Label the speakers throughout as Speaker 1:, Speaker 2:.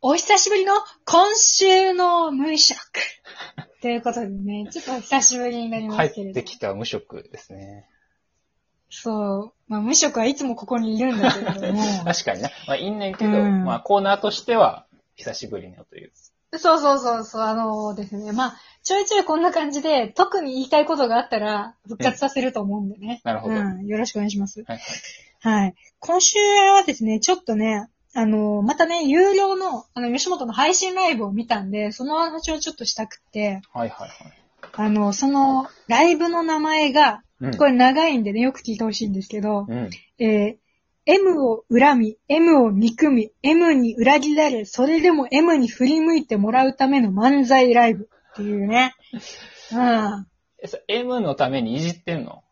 Speaker 1: お久しぶりの今週の無 職。ということでね、ちょっとお久しぶりになりま
Speaker 2: 帰
Speaker 1: すけれ
Speaker 2: っ
Speaker 1: ど
Speaker 2: て。きた無職ですね。
Speaker 1: そう。まあ無職はいつもここにいるんだけれど も。
Speaker 2: 確かにね。まあ、いんねんけど、
Speaker 1: うん
Speaker 2: まあ、コーナーとしては、久しぶりのという。
Speaker 1: そうそうそうそう、あのですね。まあ、ちょいちょいこんな感じで、特に言いたいことがあったら、復活させると思うんでね。
Speaker 2: なるほど
Speaker 1: うん。よろしくお願いします。
Speaker 2: はいはい。
Speaker 1: はい。今週はですね、ちょっとね、あの、またね、有料の、あの、吉本の配信ライブを見たんで、その話をちょっとしたくて、
Speaker 2: はいはいはい。
Speaker 1: あの、その、ライブの名前が、
Speaker 2: うん。
Speaker 1: これ長いんでね、よく聞いてほしいんですけど、
Speaker 2: うん。
Speaker 1: えー M を恨み、M を憎み、M に裏切られ、それでも M に振り向いてもらうための漫才ライブっていうね。うん。いや、
Speaker 2: え、それ M のためにいじってんの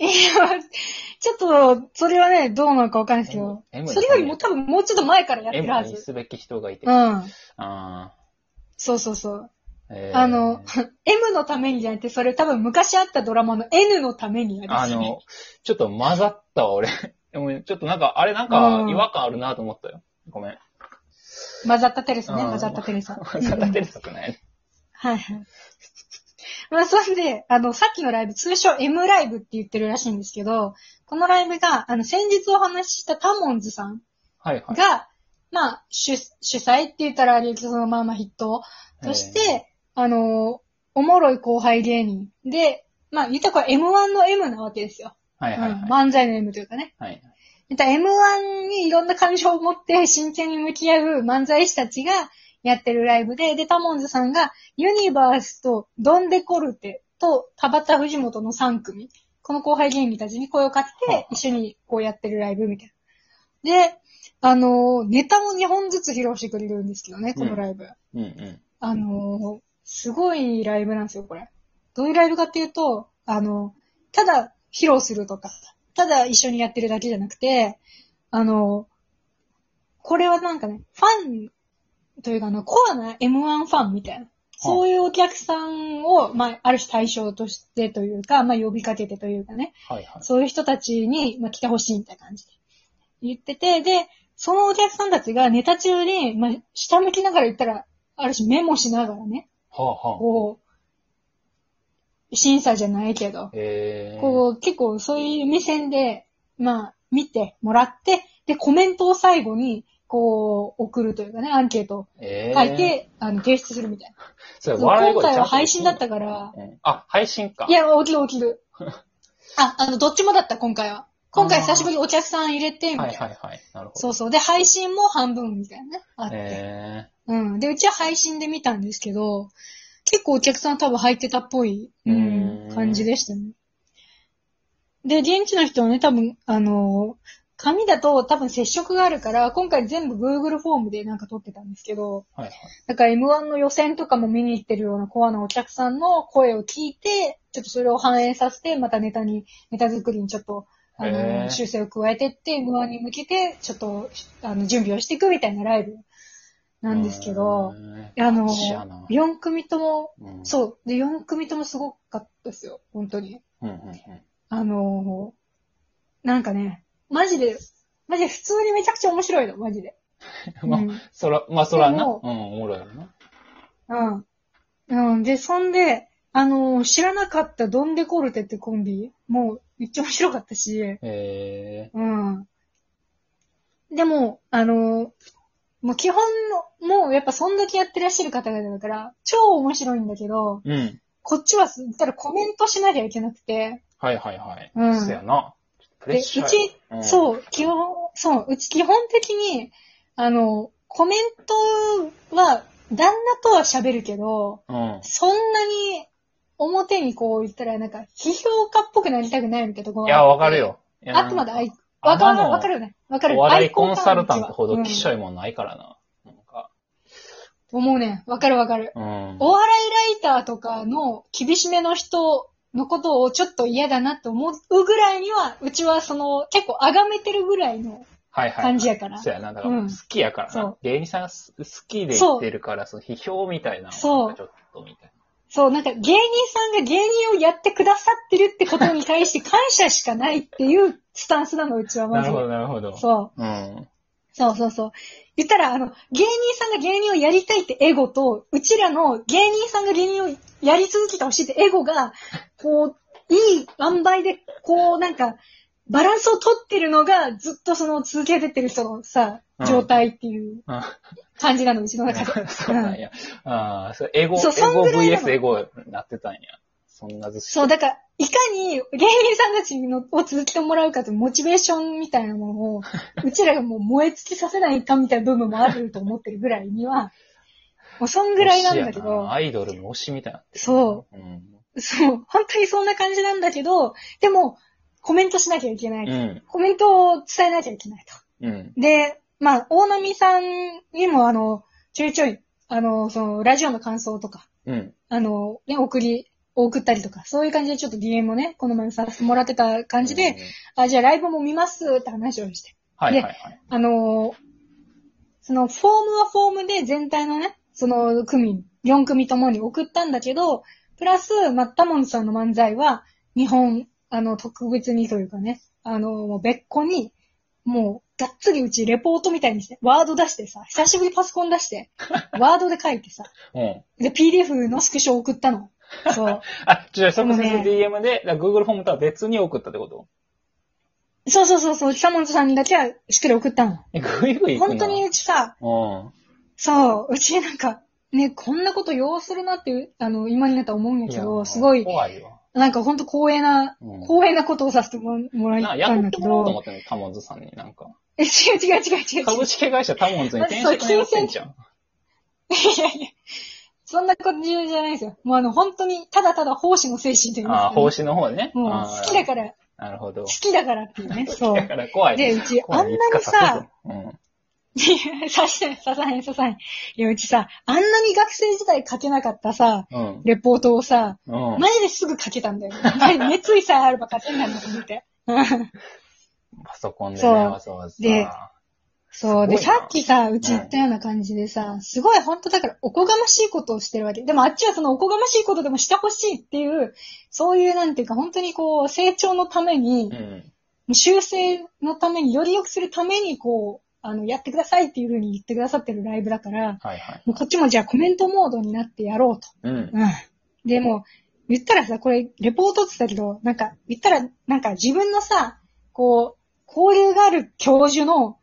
Speaker 1: ちょっと、それはね、どうなのかわかんないですけど
Speaker 2: M M のため、に
Speaker 1: それよりも多分もうちょっと前からやってる
Speaker 2: ?M
Speaker 1: は
Speaker 2: に
Speaker 1: ず。
Speaker 2: すべき人がいて。
Speaker 1: う
Speaker 2: あ
Speaker 1: ん。
Speaker 2: あ
Speaker 1: そうそうそう。
Speaker 2: ー。えー
Speaker 1: あの、M のためにじゃなくて、それ多分昔あったドラマの N のためにやりま
Speaker 2: あ
Speaker 1: すね。
Speaker 2: の、ちょっと混ざったわ、俺。でもちょっとなんか、あれなんか
Speaker 1: うん
Speaker 2: 違和感あるなと思ったよ。ごめん。
Speaker 1: 混ざったテレサね、
Speaker 2: うん
Speaker 1: 混ざったテレ サ。
Speaker 2: 混ざったテレサくない
Speaker 1: はいはい。まあ、そんで、あの、さっきのライブ、通称 M ライブって言ってるらしいんですけど、このライブが、あの、先日お話ししたタモンズさん
Speaker 2: はいはい。
Speaker 1: が、まあ、主、主催って言ったらあれですけどそのまあまあ筆頭とし
Speaker 2: え
Speaker 1: て、あの、おもろい後輩芸人で、まあ、言ったらこれ M1 の M なわけですよ。
Speaker 2: ー、はいはいはい。
Speaker 1: うん、漫才の M というかね。
Speaker 2: はい。
Speaker 1: また M1 にいろんな感情を持って真剣に向き合う漫才師たちがやってるライブで、で、タモンズさんがユニバースとドンデコルテと田畑藤本の3組、この後輩芸人たちに声をかけ
Speaker 2: は
Speaker 1: て
Speaker 2: あ
Speaker 1: 一緒にこうやってるライブみたいな。で、あのーネタを2本ずつ披露してくれるんですけどね、このライブ。
Speaker 2: うんうん。
Speaker 1: あのーすごいライブなんですよ、これ。どういうライブかっていうと、あのただ披露するとか、ただ一緒にやってるだけじゃなくて、あのこれはなんかね、ファンというかな、コアな M1 ファンみたいな。そういうお客さんを、まあ、ある種対象としてというか、まあ、呼びかけてというかね、
Speaker 2: はいはい。
Speaker 1: そういう人たちに、まあ、来てほしいみたいな感じで言ってて、で、そのお客さんたちがネタ中に、まあ、下向きながら言ったら、ある種メモしながらね、
Speaker 2: はあはあ。
Speaker 1: こう、審査じゃないけど、
Speaker 2: えー、
Speaker 1: こう、結構そういう目線で、まあ、見てもらって、で、コメントを最後に、こう、送るというかね、アンケートを
Speaker 2: えー、
Speaker 1: 書いて、あの、提出するみたいな。
Speaker 2: それ笑い
Speaker 1: 今
Speaker 2: 声
Speaker 1: 回
Speaker 2: ちゃんと
Speaker 1: は配信だったから、
Speaker 2: うんあ、配信か。
Speaker 1: いや、起きる起き る。あ、あの、どっちもだった、今回は。今回久しぶりにお客さん入れて、みた
Speaker 2: はいい
Speaker 1: な。
Speaker 2: はいはい。なるほど。
Speaker 1: そうそう。で、配信も半分、みたいなね。あって、
Speaker 2: え
Speaker 1: うん。で、うちは配信で見たんですけど、結構お客さん多分入ってたっぽい、う、
Speaker 2: うんん
Speaker 1: 感じでしたね。で、現地の人はね、多分、あのー紙だと多分接触があるから、今回全部 Google フォームでなんか撮ってたんですけど、
Speaker 2: ー、はいはい。
Speaker 1: なんか M1 の予選とかも見に行ってるようなコアなお客さんの声を聞いて、ちょっとそれを反映させて、またネタに、ネタ作りにちょっと、あ
Speaker 2: へ
Speaker 1: の、
Speaker 2: ー
Speaker 1: 修正を加えてって、M1 に向けて、ちょっと、あの、準備をしていくみたいなライブなんですけど
Speaker 2: う、ー
Speaker 1: あの
Speaker 2: ん、知らな、い
Speaker 1: 4組とも、
Speaker 2: うん、
Speaker 1: そう、で、4組ともすごかったですよ、本当に。
Speaker 2: うんうんうん。
Speaker 1: あのーなんかね、マジで、マジで普通にめちゃくちゃ面白いの、マジで。
Speaker 2: まあ
Speaker 1: うん
Speaker 2: そら、まあ、そら
Speaker 1: で
Speaker 2: な。うん
Speaker 1: も、
Speaker 2: おもろいやろな。
Speaker 1: うん。うん。で、そんで、あのー知らなかったドンデコルテってコンビ、もう、めっちゃ面白かったし、
Speaker 2: え
Speaker 1: うん。でも、あのーもう基本の、もうやっぱそんだけやってらっしゃる方々だから、超面白いんだけど、
Speaker 2: ー、うん。
Speaker 1: こっちはす、言ったらコメントしなきゃいけなくて、
Speaker 2: はいはいはい。
Speaker 1: うん
Speaker 2: そやな。プレ
Speaker 1: で、
Speaker 2: ッ
Speaker 1: う
Speaker 2: シ
Speaker 1: ち
Speaker 2: ャー。、うん、
Speaker 1: そう、基本、そう、うち基本的に、あの、コメントは、旦那とは喋るけど、
Speaker 2: うん。はい
Speaker 1: そんなに表にこう言ったらなんか批評家っぽくなりたくないみたいなところ
Speaker 2: いや、わかる。よ。いや
Speaker 1: あくまであい、わ
Speaker 2: あ
Speaker 1: か
Speaker 2: な
Speaker 1: る、
Speaker 2: の
Speaker 1: わかるよね。わかる。
Speaker 2: お笑
Speaker 1: ア
Speaker 2: い
Speaker 1: イコ
Speaker 2: コ
Speaker 1: ン
Speaker 2: ン
Speaker 1: ファ
Speaker 2: サ
Speaker 1: ン
Speaker 2: ル
Speaker 1: たち
Speaker 2: タ
Speaker 1: は
Speaker 2: ントほどきしょいもんないからな。なんか、
Speaker 1: うん思うね。わかるわかる。
Speaker 2: うん。
Speaker 1: お笑いライターとかの厳しめの人のことをちょっと嫌だなって思うぐらいには、うちはその結構崇めてるぐらいの
Speaker 2: はいはい。
Speaker 1: 感じやから。
Speaker 2: そうやな。だから、
Speaker 1: うん
Speaker 2: 好きやからな。
Speaker 1: そう
Speaker 2: 芸人さんがす好きで言ってるから、その批評みたいなのが
Speaker 1: そう
Speaker 2: ちょっとみたい
Speaker 1: そう、なんか芸人さんが芸人をやってくださってるってことに対して感謝しかないっていうスタンスなの、うちは
Speaker 2: な。
Speaker 1: ま
Speaker 2: な
Speaker 1: ず
Speaker 2: る。ほど、なるほど。
Speaker 1: そう。
Speaker 2: うん。
Speaker 1: そうそうそう。言ったら、あの、芸人さんが芸人をやりたいってエゴと、うちらの芸人さんが芸人をやり続けてほしいってエゴが、こう、いい塩梅で、こう、なんか、バランスを取ってるのが、ずっとその続けてってる人のさ
Speaker 2: う、ん
Speaker 1: 状態っていう
Speaker 2: あ
Speaker 1: 感じなの、うちの中で。
Speaker 2: そうなんや。ああ、それエゴ、エゴ
Speaker 1: そうそんぐらいなの
Speaker 2: VS エゴなってたんや。そんなずつ。
Speaker 1: そう、だから、いかに芸人さんたちのを続けてもらうかというモチベーションみたいなものを、うちらがもう燃え尽きさせないかみたいな部分もあると思ってるぐらいには、もうそんぐらいなんだけ
Speaker 2: 推しや
Speaker 1: ど
Speaker 2: な、アイドルの推しみたいになってるな
Speaker 1: そ
Speaker 2: うん。
Speaker 1: そう、本当にそんな感じなんだけど、でも、コメントしなきゃいけない。
Speaker 2: うん。
Speaker 1: コメントを伝えなきゃいけない
Speaker 2: うん。
Speaker 1: と。で、まあ、大波さんにも、あの、ちょいちょい、あの、その、ラジオの感想とか、
Speaker 2: うん。
Speaker 1: あの、ね、送り、送ったりとか、そういう感じでちょっと DM をね、この前させてもらってた感じ
Speaker 2: うん
Speaker 1: で、、あ、じゃあライブも見ますって話をして。
Speaker 2: はいはいはい。
Speaker 1: あのーそのフォームはフォームで全体のね、その組、4組ともに送ったんだけど、プラス、まあ、タモンさんの漫才は、日本、あの、特別にというかね、あのもう別個に、もう、がっつりうちレポートみたいにして、ワード出してさ、久しぶりパソコン出 して、ワードで書いてさ、
Speaker 2: うん。
Speaker 1: で、PDF のスクショ送ったの。そう。
Speaker 2: あ、じゃあ、そこ
Speaker 1: そのね
Speaker 2: DM で、だから Google ホームとは別に送ったってこと
Speaker 1: そうそうそうそう、タモンさんにだけはしっかり送ったの。
Speaker 2: え、ぐいぐい行く
Speaker 1: 本
Speaker 2: な
Speaker 1: 当にうちさ、
Speaker 2: う
Speaker 1: そう、うちなんか、ね、こんなこと要するなって、あの、今になったら思うん
Speaker 2: ん。
Speaker 1: やけ
Speaker 2: い
Speaker 1: ど、
Speaker 2: や
Speaker 1: すごい、
Speaker 2: 怖いわ。
Speaker 1: なんかほんと光栄な、
Speaker 2: うん
Speaker 1: 光栄なことをさせてももらっ
Speaker 2: な、や
Speaker 1: たん
Speaker 2: っ
Speaker 1: だ
Speaker 2: て
Speaker 1: け
Speaker 2: もらおうと思
Speaker 1: ど、
Speaker 2: ってね、タモンズさんになんか。
Speaker 1: え、違う違う違う違う違う。
Speaker 2: 株式会社タモンズに転職になってんじゃん。
Speaker 1: いやいや、そんなことじゃないですよ。もうあの、本当に、ただただ奉仕の精神と言い
Speaker 2: あ
Speaker 1: ま
Speaker 2: あ、
Speaker 1: す
Speaker 2: 奉
Speaker 1: か、
Speaker 2: 仕の方ね。
Speaker 1: もう
Speaker 2: あー
Speaker 1: 好きだから、
Speaker 2: なるほど
Speaker 1: 好。きだからっていうね、そう。
Speaker 2: だから怖い。
Speaker 1: で、うち、あ
Speaker 2: 怖
Speaker 1: んないに
Speaker 2: いつか
Speaker 1: さ、
Speaker 2: 刺すぞ
Speaker 1: いや刺してない、刺さへん、刺さへん。いや、うちさ、あんなに学生時代書けなかったさ、
Speaker 2: うん。うん。
Speaker 1: レポートをさ、
Speaker 2: うん。
Speaker 1: マジですぐ書けたんだよ。 熱意さえあれば勝てんだんだと思って。うん
Speaker 2: パソコンでね、
Speaker 1: そう
Speaker 2: わざわざ。
Speaker 1: で そう。で、
Speaker 2: すごいな
Speaker 1: さっきさ、うち言ったような感じでさ、すごい本当だからおこがましいことをしてるわけ。でもあっちはそのおこがましいことでもしてほしいっていう、そういうなんていうか本当にこう、成長のため
Speaker 2: う
Speaker 1: に、
Speaker 2: ん。
Speaker 1: 修正のために、より良くするためにこう、あの、やってくださいっていう風に言ってくださってるライブだから、
Speaker 2: はいはい。
Speaker 1: もうこっちもじゃあコメントモードになってやろうと。
Speaker 2: うん。
Speaker 1: うん。でも、言ったらさ、これ、レポートって言ったけど、なんか、言ったら、なんか自分のさ、こう、交流がある教授の、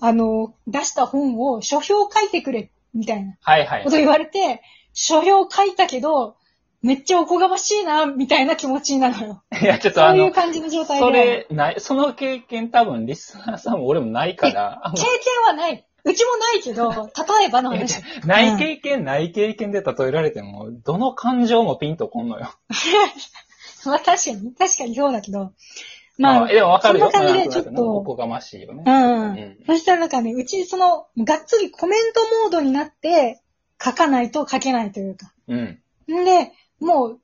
Speaker 1: あの、出した本を書評書いてくれ、みたいな
Speaker 2: はいはい
Speaker 1: こ。と言われて、書評書いたけど、めっちゃおこがましいな、みたいな気持ちになるのよ。
Speaker 2: いや、ちょっと
Speaker 1: そ
Speaker 2: あ
Speaker 1: うい
Speaker 2: の
Speaker 1: う、感じの状態で。
Speaker 2: それ、ない、その経験多分リスナーさんも俺もないから、あ
Speaker 1: 経験はない。うちもないけど、例えばの話。
Speaker 2: のない経験、ない経験で例えられても、どの感情もピンとこんのよ。
Speaker 1: まあ確かに、確かにそうだけど。まあ、
Speaker 2: えでもわかるよ。
Speaker 1: そんな感じで
Speaker 2: なんとなく
Speaker 1: ちょっと
Speaker 2: おこがましいよね。
Speaker 1: うん
Speaker 2: うん
Speaker 1: そしたらなんかね、うちその、がっつりコメントモードになって、書かないと書けないというか。
Speaker 2: うん。
Speaker 1: んで、もう、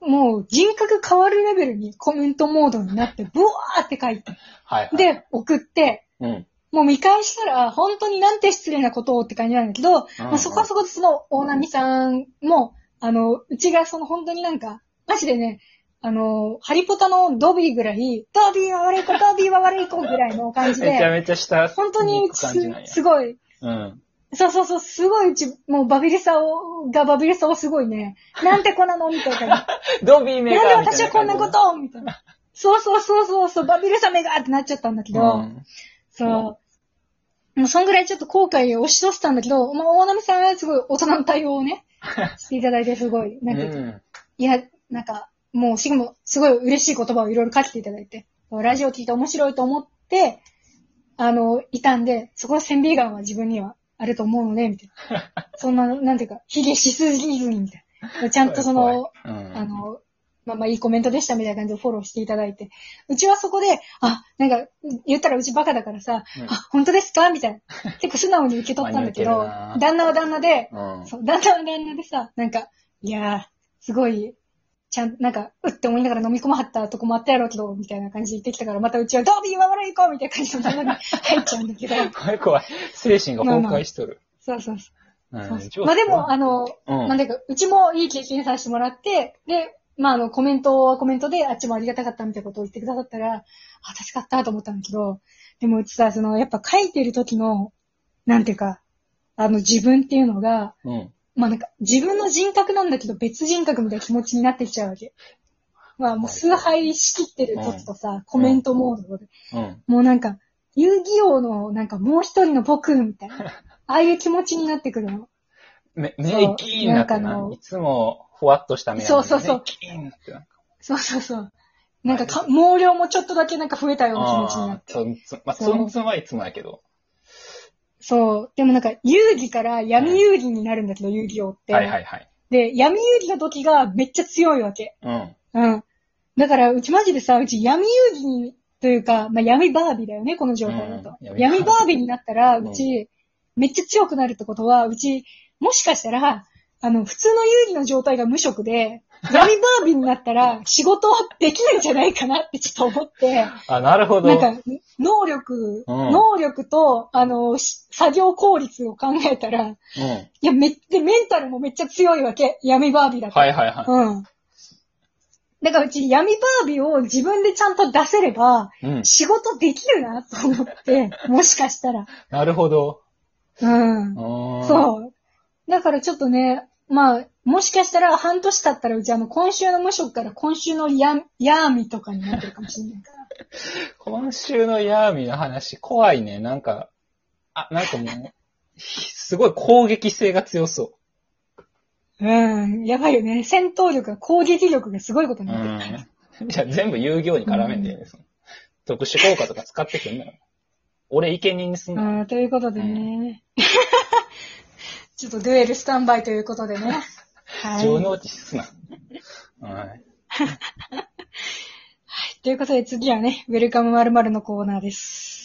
Speaker 1: もう人格変わるレベルにコメントモードになって、ブワーって書いて。
Speaker 2: はい、はい。、
Speaker 1: で、送って、
Speaker 2: うん。
Speaker 1: もう見返したら、本当になんて失礼なことをって感じなんだけど、まあ、そこはそこでその、大波さんも、あの、うちがその本当になんか、マジでね、あの、ハリポタのドビーぐらい、ドビーは悪い子、ドビーは悪い子ぐらいの感じ
Speaker 2: めちゃ
Speaker 1: で、
Speaker 2: めちゃした。
Speaker 1: 本当にうち
Speaker 2: 感じなんや
Speaker 1: す、すごい、
Speaker 2: うん。
Speaker 1: そうそうそう、すごいうち、もうバビレサを、がバビレサをすごいね、なんて子なのみたい な。
Speaker 2: ドビーメーカー
Speaker 1: なん
Speaker 2: みた
Speaker 1: で
Speaker 2: い
Speaker 1: 私はこんなこ
Speaker 2: 感
Speaker 1: とみたいな。そうそうそうそうそう、バビレサめがってなっちゃったんだけ
Speaker 2: じ
Speaker 1: ど、
Speaker 2: うん
Speaker 1: そう。もうそんぐらいちょっと後悔を押し通したんだけど、まあ大波さんはすごい大人の対応を ね、していただいてすごい、なんか、
Speaker 2: うん。
Speaker 1: いや、なんか、もうしかもすごい嬉しい言葉をいろいろ書けていただいて、ラジオ聞いて面白いと思って、あの、いたんで、そこは線美眼は自分にはあると思うので、みたい な。そんな、なんていうか、髭しすぎずに、みたいな。ちゃんとそ
Speaker 2: 怖い
Speaker 1: の、
Speaker 2: 怖いうん、
Speaker 1: あの、まあまあいいコメントでしたみたいな感じでフォローしていただいて。うちはそこで、あ、なんか、言ったらうちバカだからさ、
Speaker 2: うん
Speaker 1: あ、本当ですかみたいな。結構素直に受け取ったんだけど
Speaker 2: 真に受けるな、
Speaker 1: 旦那は旦那で、
Speaker 2: うん、
Speaker 1: そう、旦那は旦那でさ、なんか、いやー、すごい、ちゃん、なんか、うって思いながら飲み込まはったとこもあったやろうけど、みたいな感じで言ってきたから、またうちは、どうビーは悪い子みたいな感じの旦那に 入っちゃうんだけど、
Speaker 2: 怖い怖い。精神が崩壊しとる。
Speaker 1: そうそうそう。
Speaker 2: うん
Speaker 1: そうそ
Speaker 2: ちょっ
Speaker 1: う
Speaker 2: と
Speaker 1: まあでも、あの、
Speaker 2: うん
Speaker 1: なんていうか、うちもいい経験させてもらって、で、まああの、コメントはコメントで、あっちもありがたかったみたいなことを言ってくださったら、あ、助かったと思ったんだけど、でもうちさ、その、やっぱ書いてる時の、なんていうか、あの自分っていうのが、
Speaker 2: うん。
Speaker 1: まあなんか自分の人格なんだけど別人格みたいな気持ちになってきちゃうわけ。まあもう崇拝しきってる時とさ、コメントモードで、
Speaker 2: うん。
Speaker 1: もうなんか、遊戯王のなんかもう一人のポクンみたいな、ああいう気持ちになってくるの。
Speaker 2: め、名キーンな
Speaker 1: な
Speaker 2: って
Speaker 1: んかあ
Speaker 2: な
Speaker 1: の。
Speaker 2: いつも、ふわっとした目なのに
Speaker 1: そうそうそう
Speaker 2: 名キーンってな。
Speaker 1: そうそうそう。なんかか毛量もちょっとだけなんか増えたような気持ちになって。
Speaker 2: あーそんつまあ、
Speaker 1: そう
Speaker 2: そんつんはいつもやけど。
Speaker 1: そう。でもなんか遊戯から闇遊戯になるんだけど、遊戯王って。
Speaker 2: はいはいはい。
Speaker 1: で、闇遊戯の時がめっちゃ強いわけ。
Speaker 2: うん。
Speaker 1: うん。だから、うちマジでさ、うち闇遊戯に、というか、まあ、闇バービーだよね、この状態だと。
Speaker 2: うん
Speaker 1: 闇バービーになったら、
Speaker 2: うん
Speaker 1: うち、めっちゃ強くなるってことは、うち、もしかしたら、あの、普通の遊戯の状態が無職 で、闇バービーになったら、仕事できないんじゃないかなってちょっと思って、
Speaker 2: あ、なるほど。
Speaker 1: なんか、能力、
Speaker 2: うん
Speaker 1: 能力と、あの、し作業効率を考えたら、い
Speaker 2: うん。はい
Speaker 1: や、めっで、メンタルもめっちゃ強いわけ。闇バービーだと。
Speaker 2: はいは
Speaker 1: うん。だからうち闇バービーを自分でちゃんと出せれば、
Speaker 2: い。うん。
Speaker 1: 仕事できるなと思 って、もしかしたら。
Speaker 2: なるほど。
Speaker 1: うん。
Speaker 2: そ
Speaker 1: そう。だからちょっとね、まあ、もしかしたら半年経ったらうちあの、今週の無職から今週のや、ヤーミとかになってるかもしれないから。
Speaker 2: 今週のヤーミの話、怖いね。なんか、あ、なんかもう、ひすごい攻撃性が強そ
Speaker 1: うん。やばいよね。戦闘力が攻撃力がすごいこと
Speaker 2: う。
Speaker 1: に
Speaker 2: う
Speaker 1: なってる。
Speaker 2: ん。 じゃあ全部遊戯王に絡めんで、その特殊効果とか使ってくんなよ。俺、イケニンにすんな。
Speaker 1: うん、ということでね。 ちょっとデュエルスタンバイということで ね。はい。
Speaker 2: 上能地すな。はい。
Speaker 1: ということで次はね、ウェルカム〇〇のコーナーです。